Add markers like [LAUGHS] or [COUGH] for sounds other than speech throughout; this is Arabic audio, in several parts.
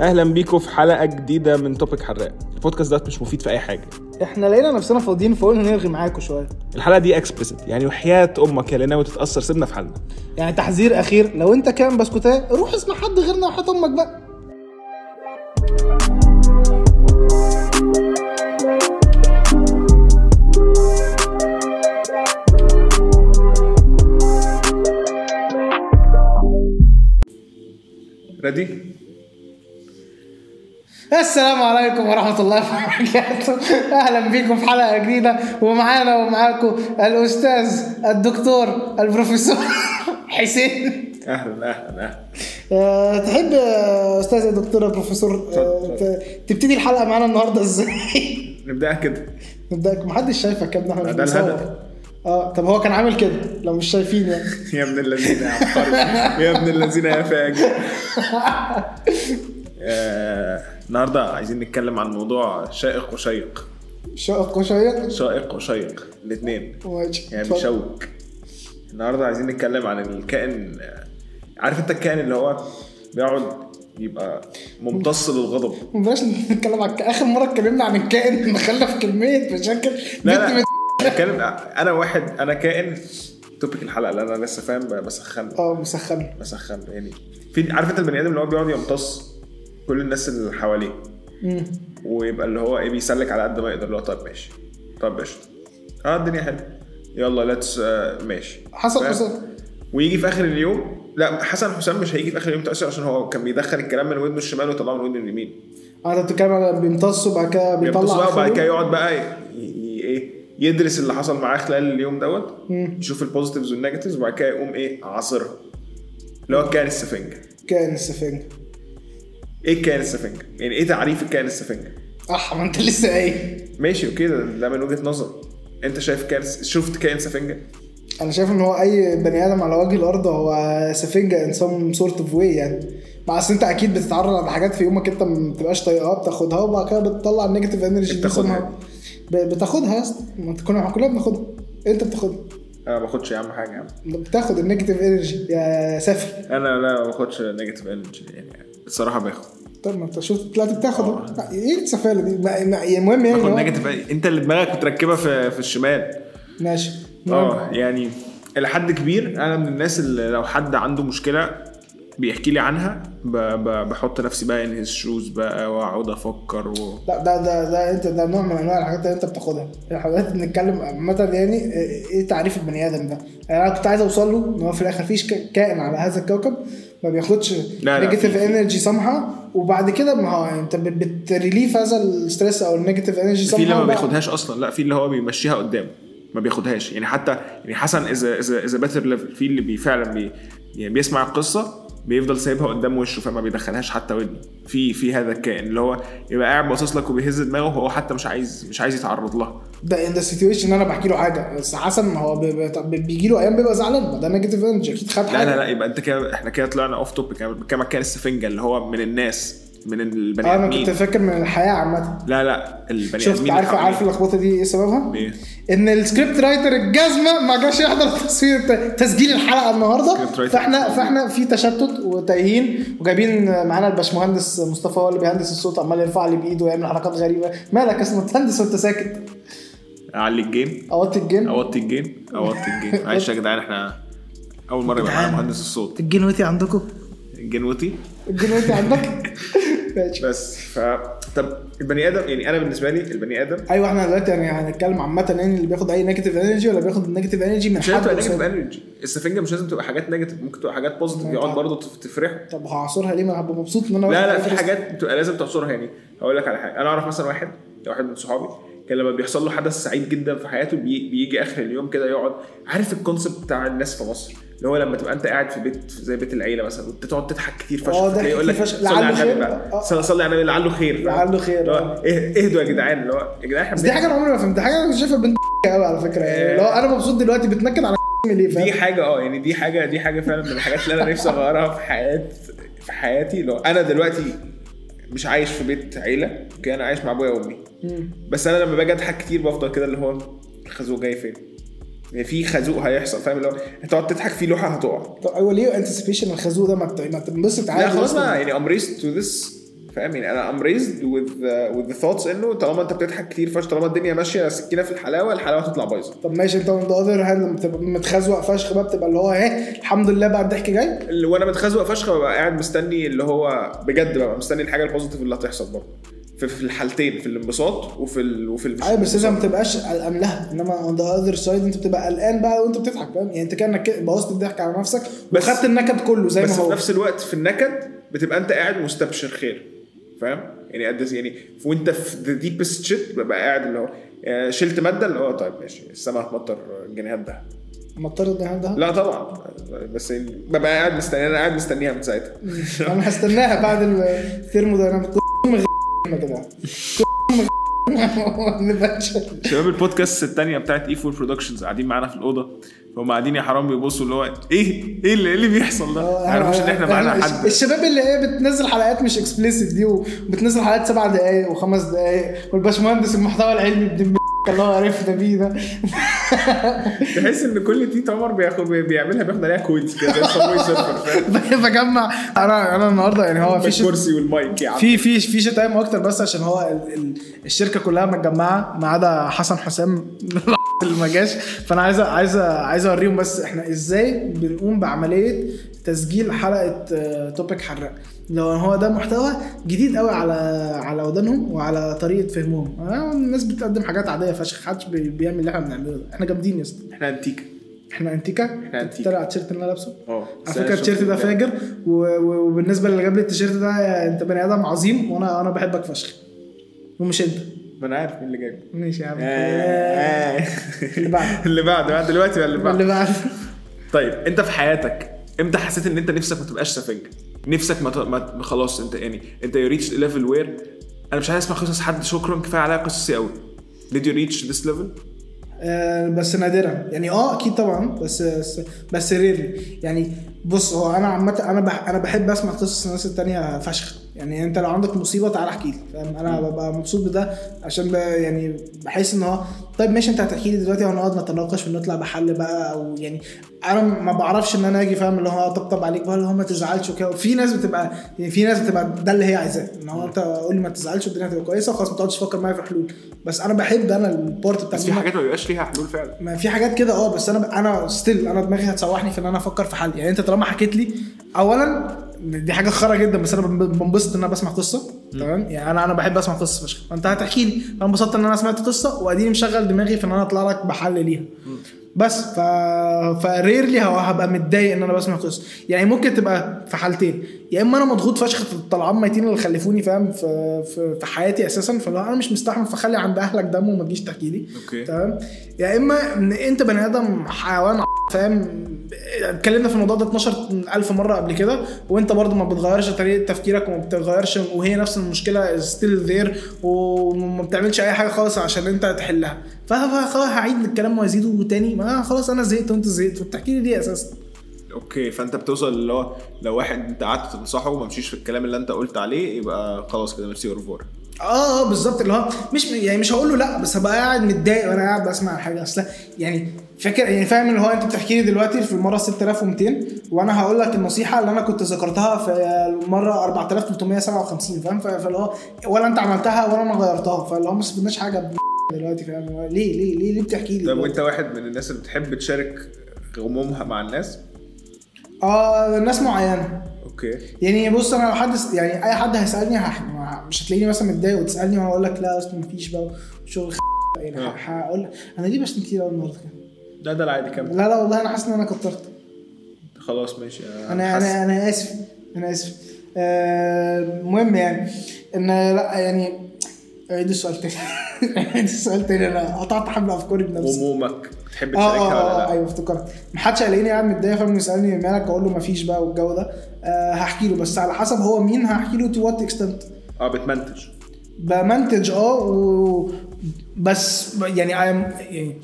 اهلا بيكم في حلقه جديده من توبيك حراق البودكاست ده مش مفيد في اي حاجه احنا لقينا نفسنا فاضيين فقلنا نلغي معاكم شويه الحلقه دي اكسبلسيت يعني وحياه امك يا اللي ناوي تتاثر سيبنا في حالنا يعني تحذير اخير لو انت كان بسكوتاه روح اسمع حد غيرنا وحياة امك بقى ريدي السلام عليكم ورحمة الله وبركاته أهلا بيكم في حلقة جديدة ومعانا ومعاكم الأستاذ الدكتور البروفيسور [LAUGHS] حسين اهلا اهلا اهلا آه، تحب آه، أستاذ الدكتور البروفيسور آه، ت- تبتدي الحلقة معانا النهاردة إزاي؟ نبدا كده نبدأ محدش شايفك يا ابني احنا ده بنصور. الهدف. اه طب هو كان عامل كده لو مش شايفين يعني يا ابن الذين يا عبقري يا ابن الذين يا فاجر آه، النهارده عايزين نتكلم عن موضوع شائق وشيق شائق وشيق شائق وشيق الاثنين ماشي يعني اتفضل. بيشوك النهارده عايزين نتكلم عن الكائن آه، عارف انت الكائن اللي هو بيقعد يبقى ممتص للغضب بلاش نتكلم عن اخر مره اتكلمنا عن الكائن [LAUGHS] اللي خلف كميه مشاكل لا لا بنت بتكلم انا واحد انا كائن توبيك الحلقه اللي انا لسه فاهم بسخن اه مسخنه بسخن يعني في عارف انت البني ادم اللي هو بيقعد يمتص كل الناس اللي حواليه مم. ويبقى اللي هو ايه بيسلك على قد ما يقدر اللي هو طب ماشي طب قشطه اه الدنيا حلوه يلا ليتس ماشي حسن فاهم؟ حسام. ويجي في اخر اليوم لا حسن حسام مش هيجي في اخر اليوم تأثر عشان هو كان بيدخل الكلام من ودنه الشمال ويطلعه من ودنه اليمين اه ده بتتكلم على بيمتص وبعد كده بيبص بيطلع بقى وبعد كده آخره. يقعد بقى ي- ي- ايه يدرس اللي حصل معاه خلال اليوم دوت مم. يشوف البوزيتيفز والنيجاتيفز وبعد كده يقوم ايه عاصرها اللي هو الكائن السفنجه كائن السفنج ايه الكائن السفنجه؟ يعني ايه تعريف الكائن السفنجه؟ اح ما انت لسه قايل ماشي اوكي ده, ده من وجهه نظر انت شايف كائن شفت كائن سفنجه؟ انا شايف ان هو اي بني ادم على وجه الارض هو سفنجه ان سم سورت اوف واي يعني مع اصل انت اكيد بتتعرض لحاجات في يومك انت ما بتبقاش طايقها بتاخدها وبعد كده بتطلع النيجاتيف انرجي دي بتاخدها. somehow. ب- بتاخدها يا اسطى ما انت كنا كلنا بناخدها انت بتاخدها انا ما باخدش يا عم حاجه يا عم بتاخد النيجاتيف انرجي يا سافر انا لا ما باخدش نيجاتيف انرجي يعني الصراحه باخد طب ما انت شفت طلعت بتاخد اه. لا، ايه السفاله دي ما- ما- المهم يعني باخد هو- نيجاتيف انت اللي دماغك متركبه في في الشمال ماشي المهم. اه يعني الى حد كبير انا من الناس اللي لو حد عنده مشكله بيحكي لي عنها ب... ب... بحط نفسي بقى ان هيز شوز بقى واقعد افكر و... لا ده ده ده انت ده نوع من انواع الحاجات اللي انت بتاخدها الحاجات اللي بنتكلم عامه يعني ايه ايه تعريف البني ادم ده يعني انا كنت عايز اوصل له ان هو في الاخر فيش ك- كائن على هذا الكوكب ما بياخدش لا، لا، نيجاتيف في- انرجي سامحه وبعد كده ما هو يعني انت بتريليف هذا الستريس او النيجاتيف انرجي في اللي ما بياخدهاش اصلا لا في اللي هو بيمشيها قدام ما بياخدهاش يعني حتى يعني حسن اذا اذا اذا باتر ليفل في اللي بي فعلا بي يعني بيسمع القصه بيفضل سايبها قدام وشه فما بيدخلهاش حتى ودنه في في هذا الكائن اللي هو يبقى قاعد باصص لك وبيهز دماغه وهو حتى مش عايز مش عايز يتعرض لها ده ان ذا سيتويشن انا بحكي له حاجه بس حسن ما هو بي- بي- طب بيجي له ايام بيبقى زعلان ما ده نيجاتيف انرجي اكيد خد لا حاجه لا لا يبقى انت كده احنا كده طلعنا اوف توبيك انا بتكلم عن كائن السفنجه اللي هو من الناس من البني اه انا كنت ادمين فاكر من الحياه عامه لا لا البني شفت ادمين عارف عارف اللخبطه دي ايه سببها؟ ايه؟ ان السكريبت رايتر الجزمه ما جاش يحضر تصوير تسجيل الحلقه النهارده سكريبت رايتر فاحنا موجود. فاحنا في تشتت وتايهين وجايبين معانا الباشمهندس مصطفى هو اللي بيهندس الصوت عمال يرفع لي بايده ويعمل حركات غريبه مالك يا اسطى تهندس وانت ساكت اعلي الجيم اوطي الجن اوطي الجين اوطي [LAUGHS] الجين معلش يا جدعان احنا اول مره يبقى معانا مهندس الصوت الجنوتي عندكم الجنوتي الجنوتي [LAUGHS] عندك ماشي بس ف طب البني ادم يعني انا بالنسبه لي البني ادم ايوه احنا دلوقتي يعني هنتكلم عامه يعني اللي بياخد اي نيجاتيف انرجي ولا بياخد النيجاتيف انرجي من مش لازم حد تبقى نيجاتيف قصير. انرجي السفنجه مش لازم تبقى حاجات نيجاتيف ممكن تبقى حاجات بوزيتيف يقعد برضه تف- تفرحه طب هعصرها ليه ما انا هبقى مبسوط ان انا لا واحد لا في بيدرس. حاجات بتبقى لازم تعصرها يعني هقول لك على حاجه انا اعرف مثلا واحد واحد من صحابي كان لما بيحصل له حدث سعيد جدا في حياته بي... بيجي اخر اليوم كده يقعد عارف الكونسبت بتاع الناس في مصر اللي هو لما تبقى انت قاعد في بيت زي بيت العيله مثلا وانت تقعد تضحك كتير فشخ اه، ضحك تلاقيه يقول لك كتير فشخ. صلي على لعله النبي خير. بقى اه. صلي صلي على النبي لعله خير لعله خير. اللي هو اه- اهدوا يا جدعان اللي هو يا جدعان احنا بس دي حاجه انا عمري ما فهمتها حاجه انا كنت شايفها بنت [LAUGHS] قوي على فكره يعني لو انا مبسوط دلوقتي بتنكد على [LAUGHS] ليه دي فاهم حاجه اه يعني دي حاجه دي حاجه فعلا من الحاجات اللي انا نفسي اغيرها في حياتي في حياتي لو انا دلوقتي مش عايش في بيت عيله اوكي انا عايش مع ابويا وامي مم. بس انا لما باجي اضحك كتير بفضل كده اللي هو الخازوق جاي فين يعني في خازوق هيحصل فاهم اللي هو هتقعد تضحك فيه لوحه هتقع أيوة، طب ايوه ليه انتسبيشن الخازوق ده ما بت- ما تنبسط لا عادي خلاص أصلاً. بقى يعني I'm raised to this فاهم يعني انا ام ريزد with the, with the thoughts انه طالما انت بتضحك كتير فش طالما الدنيا ماشيه سكينه في الحلاوه الحلاوه هتطلع بايظه طب ماشي انت من اذر هاند لما بتبقى متخزوق فشخ بقى بتبقى اللي هو ايه الحمد لله بقى الضحك جاي اللي- وانا متخزوق فشخ ببقى قاعد مستني اللي هو بجد ببقى مستني الحاجه البوزيتيف اللي هتحصل برضه في, في الحالتين في الانبساط وفي ال... وفي ال... ايوه بس انت ما بتبقاش قلقان لها انما اون ذا اذر سايد انت بتبقى قلقان بقى وانت بتضحك فاهم يعني انت كانك كده بوظت الضحك على نفسك بس- وخدت النكد كله زي ما بس في هو نفس الوقت في النكد بتبقى انت قاعد مستبشر خير فاهم يعني قد يعني وانت في ذا ديبست شيت ببقى قاعد اللي هو آه، شلت ماده اللي هو طيب ماشي السما هتمطر جنيهات ده مطر الجهاز ده لا طبعا بس يعني ببقى قاعد مستني انا قاعد مستنيها من ساعتها انا هستناها بعد الثيرمودايناميك كده [LAUGHS] نباتش. [LAUGHS] شباب البودكاست التانية بتاعت اي 4 برودكشنز قاعدين معانا في الاوضه فهم قاعدين يا حرام بيبصوا اللي هو ايه ايه اللي, إيه اللي بيحصل ده؟ ما يعرفوش ان احنا معانا الش- حد يعني الشباب اللي ايه بتنزل حلقات مش اكسبليسيت دي وبتنزل حلقات سبع دقايق وخمس دقايق والباشمهندس المحتوى العلمي ابن الله عرفنا بيه ده [LAUGHS] [LAUGHS] تحس ان كل تيت عمر بياخد بيعملها بياخد عليها كوينز كده زي الصابوي سيرفر [LAUGHS] فاهم؟ [LAUGHS] بجمع انا انا النهارده يعني هو في شت- الكرسي والمايك يا عم في في في شت تايم اكتر بس عشان هو ال- ال- الشركه كلها متجمعه ما عدا حسن حسام [LAUGHS] اللي ما جاش فانا عايز عايز عايز اوريهم بس احنا ازاي بنقوم بعمليه تسجيل حلقه توبيك حراق لو هو ده محتوى جديد قوي على على ودانهم وعلى طريقه فهمهم آه، الناس بتقدم حاجات عاديه فشخ محدش بي- بيعمل اللي احنا بنعمله ده احنا جامدين يا اسطى احنا انتيكا احنا انتيكا إحنا أنتيكا. طلع التيشيرت اللي انا لابسه اه على فكره التيشيرت ده فاجر و- و- وبالنسبه للي جاب لي التيشيرت ده انت بني ادم عظيم وانا انا بحبك فشخ ومش انت ما انا عارف مين اللي جايبه ماشي يا عم اللي اللي [LAUGHS] بعده. [LAUGHS] اللي بعده بعد دلوقتي بقى اللي بعده اللي بعد طيب انت في حياتك امتى حسيت ان انت نفسك ما تبقاش سفنج نفسك ما, ت... ما... ما خلاص انت يعني انت يو ريتش ليفل وير انا مش عايز اسمع قصص حد شكرا كفايه عليا قصصي قوي did you reach this level آه، بس نادرا يعني اه اكيد طبعا بس بس- بس ريرلي يعني بص هو انا عامه انا بح انا بحب اسمع قصص الناس التانية فشخ يعني انت لو عندك مصيبه تعالى احكي لي فاهم انا ببقى مبسوط بده عشان ب- يعني بحس ان هو طيب ماشي انت هتحكي لي دلوقتي وهنقعد نتناقش ونطلع بحل بقى او يعني انا ما بعرفش ان انا اجي فاهم اللي هو طبطب عليك بقى اللي هو ما تزعلش وكده في ناس بتبقى يعني في ناس بتبقى ده اللي هي عايزاه ان هو انت قول لي ما تزعلش والدنيا هتبقى كويسه وخلاص ما تقعدش تفكر معايا في حلول بس انا بحب انا البارت بتاع بس إن في أنا- حاجات ما بيبقاش ليها حلول فعلا ما في حاجات كده اه بس انا انا ستيل انا دماغي هتسوحني في ان انا افكر في حل يعني انت طالما حكيت لي اولا دي حاجه خرا جدا بس انا بنب- بنبسط ان انا بسمع قصه تمام يعني انا انا بحب اسمع قصه فشخ فانت هتحكي لي انا انبسطت ان انا سمعت قصه واديني مشغل دماغي في ان انا اطلع لك بحل ليها بس ف فريرلي هبقى متضايق ان انا بسمع قصه يعني ممكن تبقى في حالتين يا اما انا مضغوط فشخ في الطلعان ميتين اللي خلفوني فاهم في في, في حياتي اساسا فلو انا مش مستحمل فخلي عند اهلك دم وما تجيش تحكي لي أوكي. تمام يا اما ان انت بني ادم حيوان فاهم اتكلمنا في الموضوع ده 12000 مره قبل كده وانت برضو ما بتغيرش طريقه تفكيرك وما بتغيرش وهي نفس المشكله ستيل ذير وما بتعملش اي حاجه خالص عشان انت تحلها ف- ف- خلاص هعيد الكلام وازيده تاني ما خلاص انا زهقت وانت زهقت وبتحكي لي ليه اساسا اوكي فانت بتوصل اللي هو لو واحد انت قعدت تنصحه وما مشيش في الكلام اللي انت قلت عليه يبقى خلاص كده ميرسي اورفور اه اه بالظبط اللي هو مش يعني مش هقول له لا بس هبقى قاعد متضايق وانا قاعد بسمع الحاجه اصل يعني فاكر يعني فاهم اللي هو انت بتحكي لي دلوقتي في المره 6200 وانا هقول لك النصيحه اللي انا كنت ذكرتها في المره 4357 فاهم ف- فاللي هو ولا انت عملتها ولا انا غيرتها فاللي هو ما استفدناش حاجه ب- دلوقتي فاهم اللي هو ليه ليه ليه ليه بتحكي لي طب دلوقتي؟ وانت واحد من الناس اللي بتحب تشارك غمومها مع الناس اه ناس معينه اوكي يعني بص انا لو حد يعني اي حد هيسالني هح- مش هتلاقيني مثلا متضايق وتسالني وانا اقول لك لا اصل مفيش بقى شغل يعني آه. ه- هقول لك انا ليه بشتم كتير قوي النهارده كده؟ ده ده العادي كمل لا لا والله انا حاسس ان انا كترت خلاص ماشي انا حاسس. انا انا اسف انا اسف آه، المهم يعني ان لا يعني عيد السؤال تاني [LAUGHS] عيد السؤال تاني انا قطعت حبل افكاري بنفسي غمومك تحب اه تشاركها اه آه، ولا لا ايوه افتكرت محدش هيلاقيني قاعد متضايق فاهم يسالني مالك اقول له مفيش بقى والجو ده آه هحكي له بس على حسب هو مين هحكي له تو وات اكستنت اه بتمنتج بمنتج اه و... بس ب- يعني I'm... يعني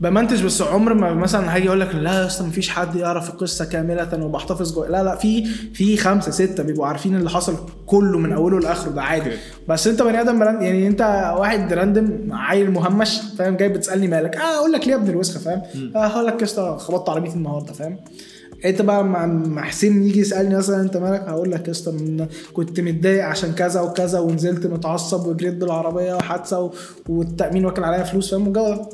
بمنتج بس عمر ما مثلا هاجي اقول لك لا يا اسطى مفيش حد يعرف القصه كامله وبحتفظ جوه لا لا في في خمسه سته بيبقوا عارفين اللي حصل كله من اوله لاخره ده عادي اوكي. بس انت بني ادم براند- يعني انت واحد راندم عيل مهمش آه، فاهم جاي بتسالني مالك اه اقول لك ليه يا ابن الوسخه فاهم آه هقول لك يا اسطى خبطت عربيتي النهارده فاهم انت بقى مع مع حسين يجي يسالني مثلا انت مالك هقول لك يا اسطى إن كنت متضايق عشان كذا وكذا ونزلت متعصب وجريت بالعربيه وحادثه و... والتامين واكل عليا فلوس فاهم الجو ده؟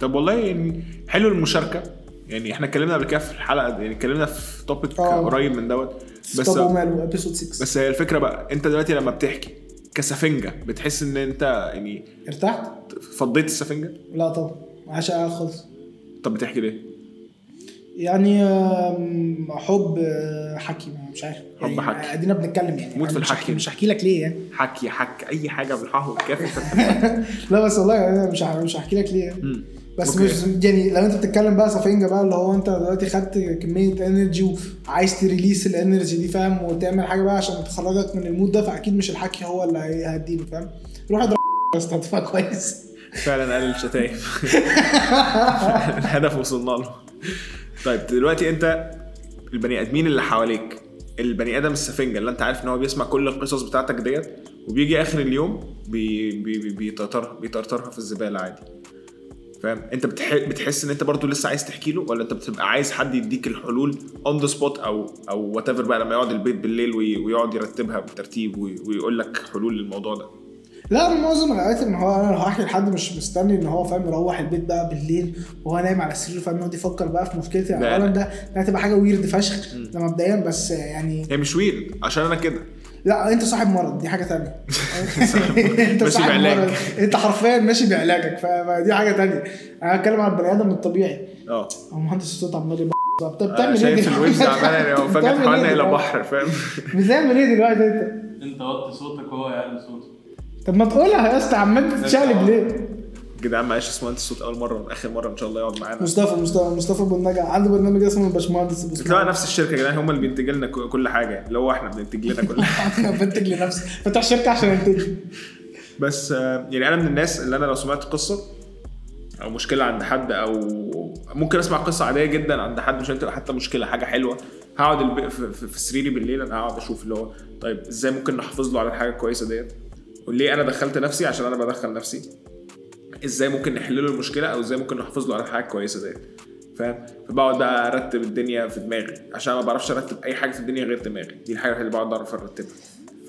طب والله يعني حلو المشاركه يعني احنا اتكلمنا قبل كده في الحلقه يعني اتكلمنا في توبيك آه. قريب من دوت بس طب وماله ابيسود 6 بس هي الفكره بقى انت دلوقتي لما بتحكي كسفنجه بتحس ان انت يعني ارتحت؟ فضيت السفنجه لا طبعا معاش قاعد خالص طب بتحكي ليه؟ يعني آم، حب آه، حكي مش عارف حب يعني حكي. ادينا بنتكلم يعني موت في أنا مش الحكي. هحكي- مش هحكي لك ليه يعني [LAUGHS] حكي حكي اي حاجه بالحه والكاف [LAUGHS] لا بس والله انا مش ه- مش هحكي لك ليه يعني. مم. بس أوكي. مش يعني لو انت بتتكلم بقى سفنجه بقى اللي هو انت دلوقتي خدت كميه انرجي وعايز تريليس الانرجي دي فاهم وتعمل حاجه بقى عشان تخرجك من المود ده فاكيد مش الحكي هو اللي هي- هيديني فاهم روح اضرب [LAUGHS] بس هتدفع كويس فعلا قال الشتايم الهدف وصلنا له طيب دلوقتي انت البني ادمين اللي حواليك البني ادم السفنجه اللي انت عارف ان هو بيسمع كل القصص بتاعتك ديت وبيجي اخر اليوم بي بي بي- بيطرطرها بيطرطرها في الزباله عادي فاهم انت بتح... بتحس ان انت برضو لسه عايز تحكي له ولا انت بتبقى عايز حد يديك الحلول اون ذا سبوت او او وات بقى لما يقعد البيت بالليل وي... ويقعد يرتبها بالترتيب وي... ويقول لك حلول للموضوع ده لا انا معظم الاوقات ان هو انا لو هحكي لحد مش مستني ان هو فاهم يروح البيت بقى بالليل وهو نايم على السرير فاهم يقعد يفكر بقى في مشكلتي لا. اولا ده ده هتبقى حاجه ويرد فشخ ده مبدئيا بس يعني هي مش وين عشان انا كده لا انت صاحب مرض دي حاجه تانية انت ماشي صاحب بعلاج. مرض انت حرفيا ماشي بعلاجك فدي حاجه تانية انا بتكلم على البني ادم الطبيعي اه هو مهندس الصوت عمال يبقى طب بتعمل انا ايه شايف دلوقتي؟ الويفز عماله لو فجاه بتعمل ايه يعني، اتحولنا الى دلوقتي؟ بحر فاهم [LAUGHS] بتعمل ايه دلوقتي انت؟ انت وطي صوتك وهو يعلي صوته طب ما تقولها يا اسطى عمال بتتشقلب ليه؟ جدعان معلش اسمه انت الصوت اول مره اخر مره ان شاء الله يقعد معانا مصطفى مصطفى مصطفى بنجا عنده برنامج اسمه الباشمهندس بتلاقوا باشمهندس نفس الشركه يا جدعان هم اللي بينتج لنا ك- كل حاجه اللي هو احنا بننتج لنا كل حاجه انا بنتج لنفسي فاتح شركه عشان انتج بس آه، يعني انا من الناس اللي انا لو سمعت قصه او مشكله عند حد او ممكن اسمع قصه عاديه جدا عند حد مش هتبقى حتى مشكله حاجه حلوه هقعد الب... في في- في سريري بالليل انا هقعد اشوف اللي هو طيب ازاي ممكن نحافظ له على الحاجه الكويسه ديت وليه انا دخلت نفسي عشان انا بدخل نفسي ازاي ممكن نحل له المشكله او ازاي ممكن نحافظ له على الحاجه الكويسه ديت فاهم فبقعد بقى ارتب الدنيا في دماغي عشان ما بعرفش ارتب اي حاجه في الدنيا غير دماغي دي الحاجه الوحيده اللي بقعد اعرف ارتبها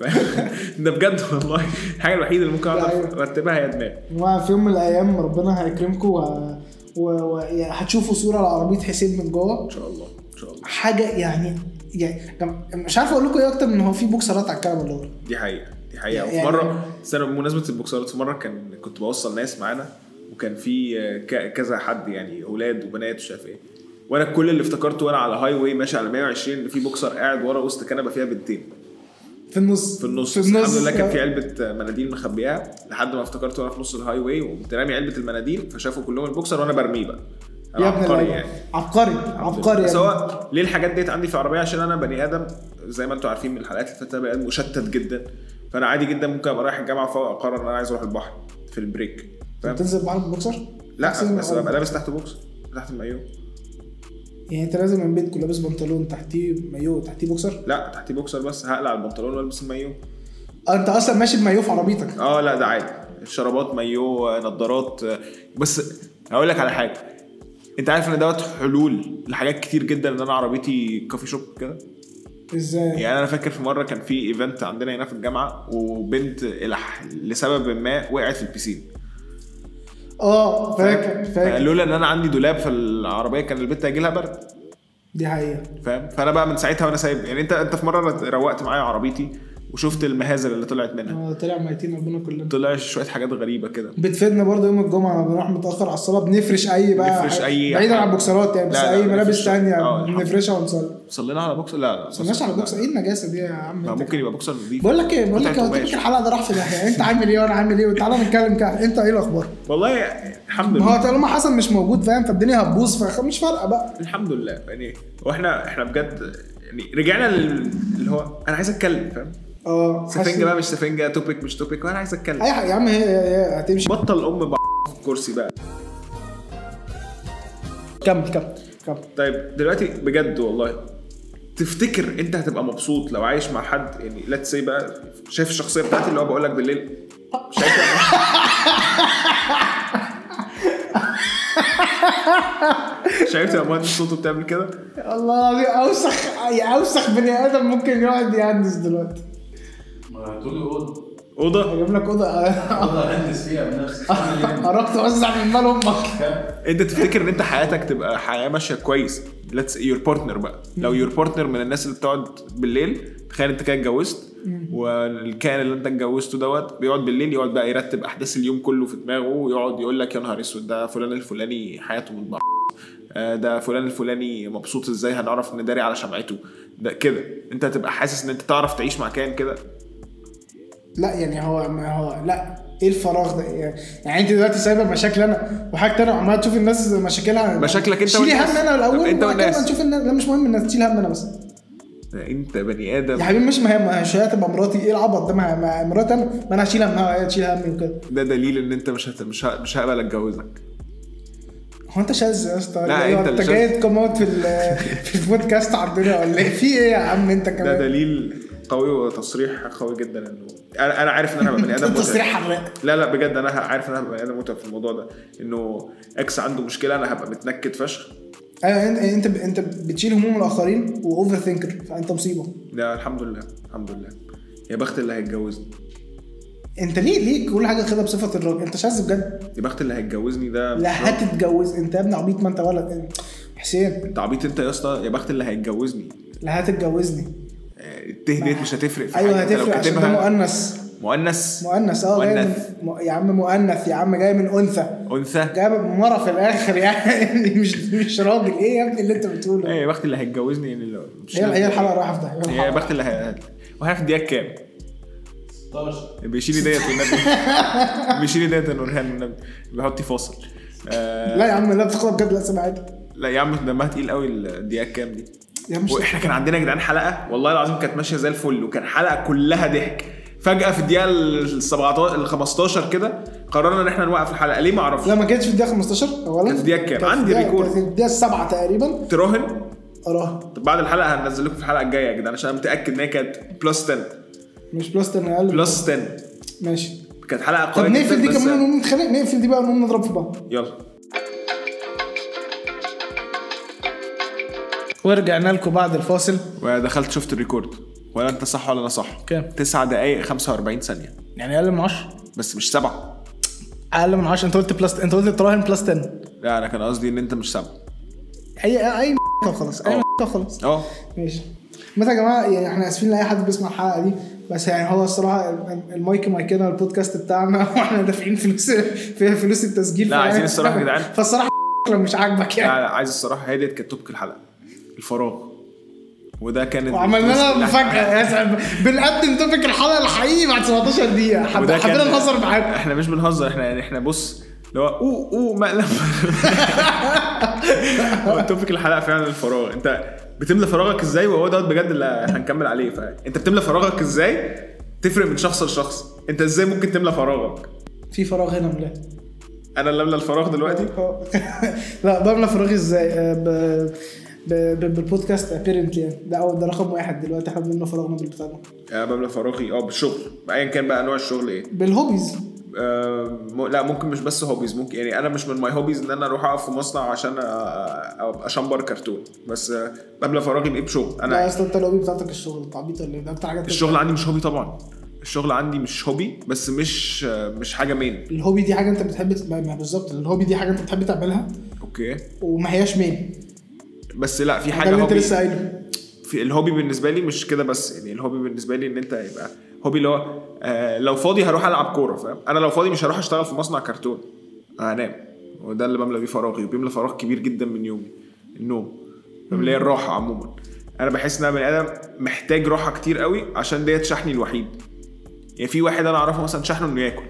فاهم [LAUGHS] ده بجد والله الحاجه الوحيده اللي ممكن اعرف أيوة. ارتبها هي دماغي جماعة في يوم من الايام ربنا هيكرمكم وه- و- و- يعني هتشوفوا صوره لعربيه حسين من جوه ان شاء الله ان شاء الله حاجه يعني يعني جم- مش عارف اقول لكم ايه اكتر من هو في بوكسرات على الكلام اللي ورا دي حقيقه دي حقيقه وفي يعني- مره استنى بمناسبه البوكسرات في مره كان كنت بوصل ناس معانا وكان في آه، ك- كذا حد يعني اولاد وبنات ومش عارف ايه وانا كل اللي افتكرته وانا على هاي واي ماشي على 120 ان في بوكسر قاعد ورا وسط كنبه فيها بنتين في النص في النص في النص آه. الحمد لله كان في علبه مناديل مخبياها لحد ما افتكرت وانا في نص الهاي واي وقمت رامي علبه المناديل فشافوا كلهم البوكسر وانا برميه بقى أنا يا ابن عبقري يعني. اللعيبة. عبقري عبقري بس يعني. هو ليه الحاجات ديت عندي في العربيه عشان انا بني ادم زي ما انتم عارفين من الحلقات اللي فاتت أنا بني ادم مشتت جدا فانا عادي جدا ممكن ابقى رايح الجامعه فاقرر ان انا عايز اروح البحر في البريك فاهم بتنزل معاهم بوكسر لا بس ببقى لابس تحت بوكس تحت المايو يعني انت لازم من بيتكم لابس بنطلون تحتيه مايو تحتيه بوكسر لا تحتي بوكسر بس هقلع البنطلون والبس المايو اه انت اصلا ماشي بمايو في عربيتك اه لا ده عادي شرابات مايو آه، نظارات آه، بس هقول لك على حاجه انت عارف ان دوت حلول لحاجات كتير جدا ان انا عربيتي كافي شوب كده ازاي يعني انا فاكر في مره كان في ايفنت عندنا هنا في الجامعه وبنت الح... لسبب ما وقعت في البيسين اه فاكر فاكر لولا ان انا عندي دولاب في العربيه كان البنت هيجي لها برد دي حقيقة فاهم فانا بقى من ساعتها وانا سايب يعني انت انت في مره روقت معايا عربيتي وشفت المهازل اللي طلعت منها آه، طلع ميتين ربنا كلنا طلع شويه حاجات غريبه كده بتفيدنا برضه يوم الجمعة لما بنروح متأخر على الصلاة بنفرش أي بقى نفرش أي بعيدا حاجة. عن البوكسرات يعني بس لا، لا، أي بنفرش- ملابس آه، تانية الحمد بنفرشها ونصلي صلينا على بوكسر لا لا ما صلناش على بوكسر إيه النجاسة دي يا عم ما أنت؟ ممكن يبقى طيب، بوكسر نضيف بقول لك إيه بقول لك إيه، قطعة هو قماش. تبقى الحلقة ده راح في داهية أنت عامل إيه وأنا عامل إيه وتعالى نتكلم كده أنت إيه الأخبار؟ والله الحمد ما لله هو طالما حسن مش موجود فاهم فالدنيا هتبوظ فمش فارقة بقى الحمد لله يعني واحنا احنا بجد يعني رجعنا لل- اللي هو انا عايز اتكلم فاهم اه سفنجه بقى مش سفنجه توبيك مش توبيك وانا عايز اتكلم أي حاجة يا عم هي هي- هي هتمشي بطل ام بقى في الكرسي بقى كمل كمل كمل طيب دلوقتي بجد والله تفتكر انت هتبقى مبسوط لو عايش مع حد يعني لا سي بقى شايف الشخصيه بتاعتي اللي هو بقول لك [LAUGHS] بالليل شايف شايف يا مهندس صوته بتعمل كده الله العظيم اوسخ اوسخ بني ادم ممكن يقعد يهندس دلوقتي ما تقولي اوضه اوضه هجيب لك [LAUGHS] اوضه اوضه اهندس فيها بنفسي أعمل إيه؟ اروح توزع من مال امك كام؟ انت تفتكر ان انت حياتك تبقى حياه ماشيه كويس ليتس يور بارتنر بقى لو يور بارتنر من الناس اللي بتقعد بالليل تخيل انت كده اتجوزت والكائن اللي انت اتجوزته دوت بيقعد بالليل يقعد بقى يرتب احداث اليوم كله في دماغه ويقعد يقول لك يا نهار اسود ده فلان الفلاني حياته متبعه آه، ده فلان الفلاني مبسوط ازاي هنعرف نداري على شمعته ده كده انت هتبقى حاسس ان انت تعرف تعيش مع كائن كده لا يعني هو ما هو لا ايه الفراغ ده يعني, يعني انت دلوقتي سايبه مشاكل انا وحاجتي انا وعمال تشوف الناس مشاكلها مشاكلك انت شيلي والناس. هم انا طب الاول انت انت والناس والناس. نشوف الناس لا مش مهم الناس تشيل هم انا بس ده انت بني ادم يا حبيبي مش مهم مش هي تبقى مراتي ايه العبط ده ما- ما- مراتي انا ما انا هشيل همها وهي تشيل همي وكده ده دليل ان انت مش هت... مش ه... مش هقبل اتجوزك هو انت شاذ يا اسطى لا، إيه، انت انت اللي شاذ. جاي تكموت في ال- [LAUGHS] في البودكاست عندنا ولا ايه في ايه يا عم انت ده كمان دليل قوي وتصريح قوي جدا انه انا انا عارف ان انا هبقى بني ادم ده [LAUGHS] تصريح متعب حراق لا لا بجد انا عارف ان انا هبقى بني ادم متعب في الموضوع ده انه اكس عنده مشكله انا هبقى متنكد فشخ ايوه انت انت انت بتشيل هموم الاخرين واوفر ثينكر فانت مصيبه لا الحمد لله الحمد لله يا بخت اللي هيتجوزني انت ليه ليه كل حاجه خدها بصفه الراجل انت شاذ بجد يا بخت اللي هيتجوزني ده لا هتتجوز انت يا ابن عبيط ما انت ولد حسين انت عبيط انت يا اسطى يا بخت اللي هيتجوزني آه، لا هتتجوزني التهديد مش هتفرق في ايوه حاجة. انت لو هتفرق عشان ده كاتبها مؤنث مؤنث مؤنث اه جاي من مؤنث. م- يا عم مؤنث يا عم جاي من انثى انثى جاي من مرة في الاخر يعني [LAUGHS] مش مش راجل ايه يا ابني اللي انت بتقوله ايه يا بخت اللي هيتجوزني يعني لو- مش هي هي الحلقه رايحه في ده يا بخت اللي هي وهي في دقيقه كام؟ 16 بيشيل ديت والنبي [LAUGHS] بيشيل ديت يا نورهان والنبي بيحط فاصل آه لا يا عم لا بتاخدها بجد لا سمعت لا يا عم دمها تقيل قوي الدقيقه الكام دي يا عم مش واحنا كان عندنا يا جدعان حلقه والله العظيم كانت ماشيه زي الفل وكان حلقه كلها ضحك فجاه في الدقيقه ال 17 ال 15 كده قررنا ان احنا نوقف الحلقه ليه ما اعرفش لا ما كانتش في الدقيقه 15 اولا كانت في الدقيقة كام؟ كانت في عندي الدقيقة- ريكورد. كانت في الدقيقه 7 تقريبا تراهن اراها طب بعد الحلقه هننزل لكم في الحلقه الجايه يا جدعان عشان انا متاكد ان هي كانت بلس 10 مش بلس 10 اقل بلس 10 ماشي كانت حلقه طب قويه جدا نقفل دي بس- يعني. كمان ونقوم نتخانق نقفل دي بقى ونقوم نضرب في بعض يلا ورجعنا لكم بعد الفاصل ودخلت شفت الريكورد ولا انت صح ولا انا صح كام؟ 9 دقائق 45 ثانيه يعني اقل من 10 بس مش سبعة اقل من 10 انت قلت بلس انت قلت تراهن بلس 10 لا انا كان قصدي ان انت مش سبعة اي اي م- خلاص اي م- خلاص اه ماشي مثلا يا جماعه يعني احنا اسفين لاي حد بيسمع الحلقه دي بس يعني هو الصراحه ال- المايك مايكنا البودكاست بتاعنا [LAUGHS] واحنا دافعين فلوس في فلوس التسجيل لا، فيعني- عايزين الصراحة يا جدعان. فالصراحه لو مش عاجبك يعني لا لا عايز الصراحة هي ديت كانت توبك الحلقة الفراغ وده كان وعملنا لها التويست اللي احنا- مفاجاه يا سعد. بنقدم توبيك الحلقه الحقيقي بعد 17 دقيقه حب- وده كان- حبينا نهزر معاكم احنا مش بنهزر احنا يعني احنا بص اللي هو او او مقلب [LAUGHS] هو توبك الحلقة فعلا الفراغ انت بتملى فراغك ازاي وهو دوت بجد اللي هنكمل عليه فانت بتملى فراغك ازاي تفرق من شخص لشخص انت ازاي ممكن تملى فراغك في فراغ هنا ملاه انا اللي املى الفراغ دلوقتي [LAUGHS] لا بملى فراغي ازاي آه، ب... ب... ب... بالبودكاست ابيرنتلي ده اول ده رقم واحد دلوقتي احنا بنملى فراغنا بالبتاع ده انا بملى فراغي اه بالشغل ايا كان بقى انواع الشغل ايه بالهوبيز م- لا ممكن مش بس هوبيز ممكن يعني انا مش من ماي هوبيز ان انا اروح اقف في مصنع عشان أ- ابقى شمبر كرتون بس آه، بملى فراغي بايه بشغل لا انا اصل انت الهوبي بتاعتك الشغل انت عبيط ولا ايه ده اكتر حاجه بتبقى- الشغل عندي مش هوبي طبعا الشغل عندي مش هوبي بس مش آه، مش حاجه مين الهوبي دي حاجه انت بتحب ت- ما ما بالظبط الهوبي دي حاجه انت بتحب تعملها اوكي وما هياش مين بس لا في ده حاجه اللي انت هوبي لسه قايله في الهوبي بالنسبه لي مش كده بس يعني الهوبي بالنسبه لي ان انت يبقى هوبي اللي هو آه لو فاضي هروح العب كوره فاهم انا لو فاضي مش هروح اشتغل في مصنع كرتون هنام وده اللي بملى بيه فراغي وبيملى فراغ كبير جدا من يومي النوم بملى الراحه عموما انا بحس ان انا بني ادم محتاج راحه كتير قوي عشان ديت شحني الوحيد يعني في واحد انا اعرفه مثلا شحنه انه ياكل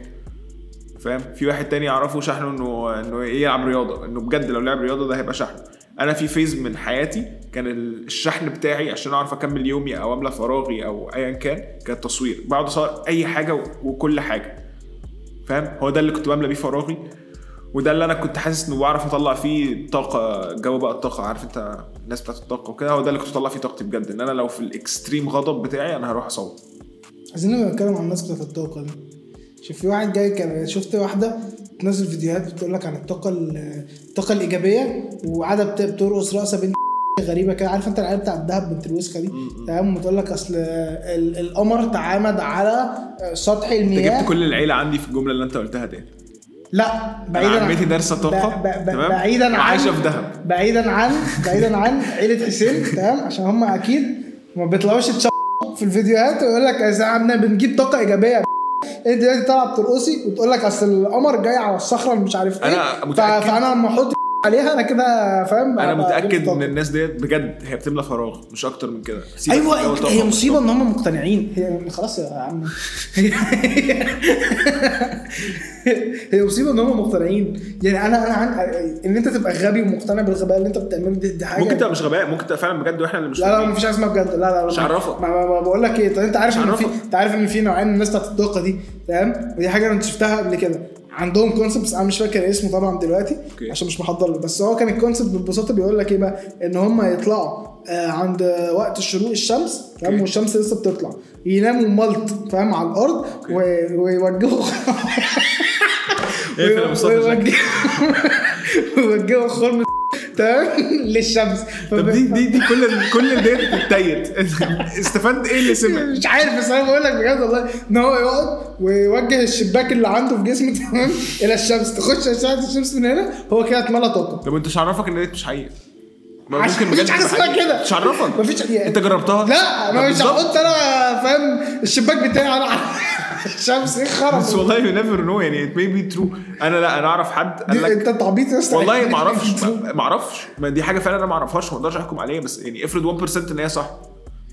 فاهم في واحد تاني اعرفه شحنه انه انه يلعب رياضه انه بجد لو لعب رياضه ده هيبقى شحنه انا في فيز من حياتي كان ال- الشحن بتاعي عشان اعرف اكمل يومي او املى فراغي او ايا كان كان التصوير بقعد اصور اي حاجه و- وكل حاجه فاهم هو ده اللي كنت بملى بيه فراغي وده اللي انا كنت حاسس انه بعرف اطلع فيه طاقه جو بقى الطاقه عارف انت الناس بتاعت الطاقه وكده هو ده اللي كنت بطلع فيه طاقتي بجد ان انا لو في الاكستريم غضب بتاعي انا هروح اصور عايزين نبقى نتكلم عن الناس بتاعت الطاقه دي شوف في واحد جاي كان شفت واحده بتنزل فيديوهات بتقول لك عن الطاقه ال- الطاقه الايجابيه وقاعده بت- بترقص رقصه بنت [LAUGHS] غريبه كده عارف انت العيال بتاع الدهب بنت الوسخه دي تمام وتقول لك اصل ال- القمر تعامد على سطح انت المياه جبت كل العيله عندي في الجمله اللي انت قلتها دي لا بعيدا انا عمتي عن- دارسه طاقه ب- ب- تمام؟ بعيدا عن وعايشه في دهب بعيدا عن بعيدا عن عيله حسين تمام عشان هم اكيد ما بيطلعوش يتش- في الفيديوهات ويقول لك اذا عنا بنجيب طاقه ايجابيه يا انت دلوقتي طالعه بترقصي وتقول لك اصل القمر جاي على الصخره اللي مش عارف ايه أنا ف- متأكد- فانا لما احط [LAUGHS] عليها انا كده فاهم انا بقى- بقى أجيب متاكد طاقة. ان الناس ديت بجد هي بتملى فراغ مش اكتر من كده سيبك من جو ايوه طاقة. هي مصيبه ان هم مقتنعين هي خلاص يا عم [LAUGHS] هي مصيبه ان هم مقتنعين يعني انا انا عن... ان انت تبقى غبي ومقتنع بالغباء اللي انت بتعمله دي, دي حاجه ممكن تبقى مش غباء ممكن تبقى فعلا بجد واحنا اللي مش أيوة. لا لا فاهمين. مفيش حاجه اسمها بجد لا لا مش عرفك. ما, ما, ما بقول لك ايه طب انت عارف مش ان في عرفك. انت عارف ان في نوعين من الناس بتاعت الطاقه دي تمام ودي حاجه انا شفتها قبل كده عندهم كونسبت انا مش فاكر اسمه طبعا دلوقتي اوكي. عشان مش محضر له بس هو كان الكونسبت ببساطه بيقول لك ايه بقى ان هم يطلعوا آه، عند وقت شروق الشمس فاهم اوكي. والشمس لسه بتطلع يناموا ملط فاهم على الارض و- ويوجهوا [LAUGHS] ايه فيلم مصطفى شكل؟ ويوجهوا [LAUGHS] ويوجهوا خرم [LAUGHS] تمام للشمس طب دي دي دي كل ال- كل ديت اتتيت [LAUGHS] استفدت ايه اللي سمع [LAUGHS] مش عارف بس انا بقول لك بجد والله ان هو يقعد ويوجه الشباك اللي عنده في جسمه [LAUGHS] تمام الى الشمس تخش اشعه الشمس من هنا هو كده اتملى طاقه طب انت مش عرفك ان ديت مش حقيقه ما عشان ممكن مفيش بجد حاجة تبقى اسمها حقيقة. كده. مش عرفك مفيش- يعني- انت جربتها لا طب انا مش بالظبط. هحط انا فاهم الشباك بتاعي على [LAUGHS] الشمس ايه بس خرب والله يو نيفر نو يعني ات مي بي ترو انا لا انا اعرف حد قال دي- لك انت تعبيط يا اسطى والله ما إيه اعرفش ما- ما اعرفش ما دي حاجه فعلا انا ما اعرفهاش ما اقدرش احكم عليها بس يعني افرض 1% ان هي صح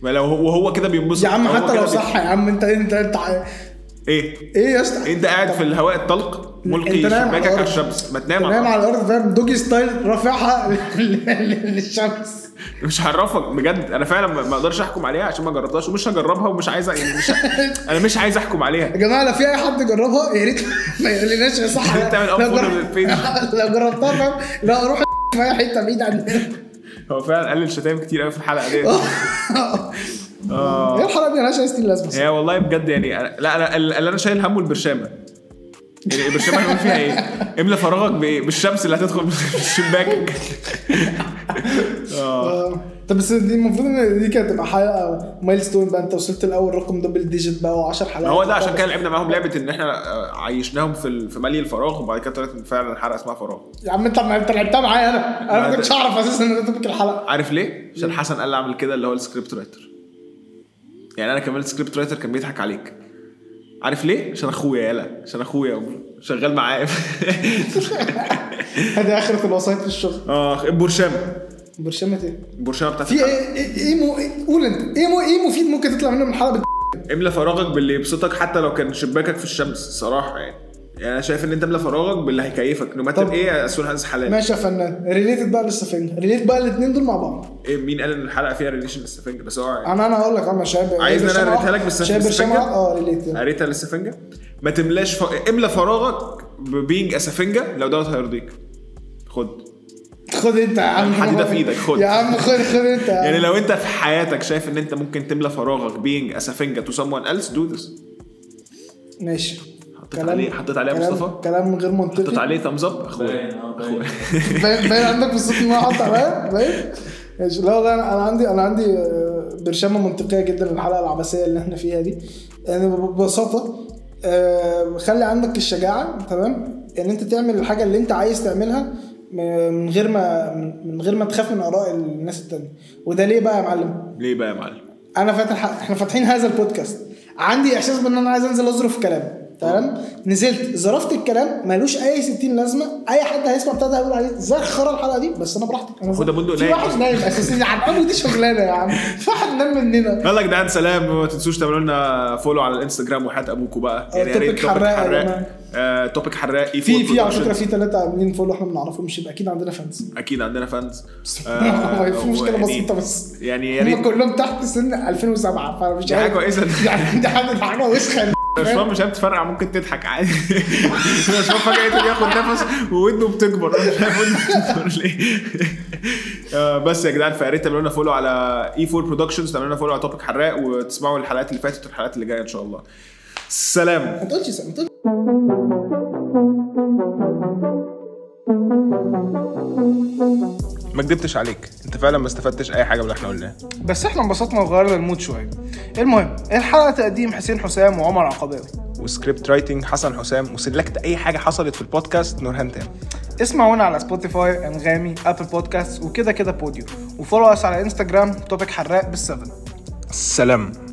ما لو هو وهو كده بينبسط يا عم هو حتى كده لو بي- صح يا عم انت انت انت ايه ايه يا اسطى انت قاعد في الهواء الطلق ملقي انت نايم على شباكك على الأرض. الشمس ما انت تنام نايم على- على الارض فاهم دوجي ستايل رافعها [LAUGHS] للشمس مش هعرفك بجد انا فعلا ما ما اقدرش احكم عليها عشان ما جربتهاش ومش هجربها ومش عايز يعني [LAUGHS] مش انا مش عايز احكم عليها يا جماعه لو في اي حد جربها يا ريت ما يقولناش يا صح يا ريت تعمل لو upload جرب- للبيج. [LAUGHS] لو جربتها فاهم لا اروح في اي حته بعيد عننا [LAUGHS] هو فعلا قلل شتايم كتير قوي في الحلقه ديت آه. هي الحلقه دي مالهاش اي ستين لازمه هي والله بجد يعني أنا- لا انا ال- اللي انا شايل همه البرشامه يعني البرشامه هنقول فيها ايه؟ املى فراغك بإيه؟ بالشمس اللي هتدخل [LAUGHS] من شباكك آه. آه. طب بس دي المفروض ان دي كانت تبقى حلقه مايل ستون بقى انت وصلت لاول رقم دبل ديجيت بقى و10 حلقات ما هو ده عشان كده لعبنا معاهم لعبه ان احنا آه، عيشناهم في ال- في مالي الفراغ وبعد كده طلعت إن فعلا حلقه اسمها فراغ يا عم انت انت لعبتها معايا انا انا ما ما ده- كنتش اعرف اساسا ان ده توبيك الحلقه عارف ليه؟ عشان حسن قال لي اعمل كده اللي هو السكريبت رايتر يعني انا كملت سكريبت رايتر كان بيضحك عليك عارف ليه؟ عشان اخويا يالا عشان اخويا شغال [LAUGHS] معايا هذه اخره الوسائط في الشغل اه البرشامه برشامه ايه؟ البرشامه بتاعت آه، في ايه ايه ايه مو- إيه- قول انت ايه مو- ايه مفيد ممكن تطلع منه من حلقه املى فراغك باللي يبسطك حتى لو كان شباكك في الشمس الصراحه يعني يعني انا شايف ان انت املى فراغك باللي هيكيفك نو ماتر طب- ايه يا سون هانز حلال ماشي يا فنان ريليتد بقى للسفنجه ريليت بقى الاثنين دول مع بعض إيه مين قال ان الحلقه فيها ريليشن للسفنجه بس هو يعني. انا انا هقول لك انا شايب عايز إن أنا شايب أريتها لك بس شايب مش برشام فاكر؟ اه ريليت يلا. قريتها للسفنجه ما تملاش ف... املى فراغك ببينج سفنجه لو دوت هيرضيك خد خد انت يا عم الحديدة في إيدك، خد. يا عم خد خد انت يا عم. يعني لو انت في حياتك شايف ان انت ممكن تملى فراغك بينج اسفنجه تو someone else do this ماشي حطيت عليه حطيت عليه يا كلام- مصطفى كلام غير حطيت منطقي عليه thumbs up اخويا باين، آه، [LAUGHS] باين. باين باين عندك في الصوت ان انا حاطط عليا باين ماشي لا والله انا أنا عندي انا عندي آه، برشامه منطقيه جدا للحلقه العبثيه اللي احنا فيها دي يعني ببساطه آه، خلي عندك الشجاعه تمام ان انت تعمل الحاجه اللي انت عايز تعملها م- من غير ما من غير ما تخاف من اراء الناس التانيه وده ليه بقى يا معلم؟ ليه بقى يا معلم انا فاتح احنا فاتحين هذا البودكاست عندي احساس بان انا عايز انزل اظرف كلام تمام نزلت ظرفت الكلام ملوش اي 60 لازمه اي حد هيسمع بتاع ده هيقول عليه زخر الحلقه دي بس انا براحتي انا خد يا بندق في نايم. واحد نايم اساسا يا عم أبو دي شغلانه يا عم في واحد نام مننا يلا يا جدعان سلام وما تنسوش تعملوا لنا فولو على الانستجرام وحياه ابوكوا بقى يعني آه، يا ريت topic حراق يا جماعة. آه، توبيك حراق في equal في على production. فكره في ثلاثه عاملين فولو احنا ما نعرفهمش يبقى اكيد عندنا فانز اكيد عندنا فانز [LAUGHS] في مشكله بسيطه بس يعني آه، يا هم ريت كلهم تحت سن 2007 فانا مش دي حاجه كويسه يعني دي حاجه دي حاجه وسخه الاشواف مش عارف تفرقع ممكن تضحك عادي [LAUGHS] الاشواف فجاه يقدر ياخد نفس وودنه بتكبر أنا مش عارف ودنه بتكبر ليه [LAUGHS] آه، بس يا جدعان فيا ريت تعملوا لنا فولو على E اي 4 برودكشنز تعملوا لنا فولو على توبيك حراق وتسمعوا الحلقات اللي فاتت والحلقات اللي جايه ان شاء الله سلام ما تقولش ما تقولش ما كدبتش عليك انت فعلا ما استفدتش اي حاجه من اللي احنا قلناه بس احنا انبسطنا وغيرنا المود شويه المهم الحلقه تقديم حسين حسام وعمر عقباوي وسكريبت رايتنج حسن حسام وسلكت اي حاجه حصلت في البودكاست نورهان تام اسمعونا على سبوتيفاي انغامي ابل بودكاست وكده كده بوديو وفولو اس على انستجرام توبيك حراق بالسفن سلام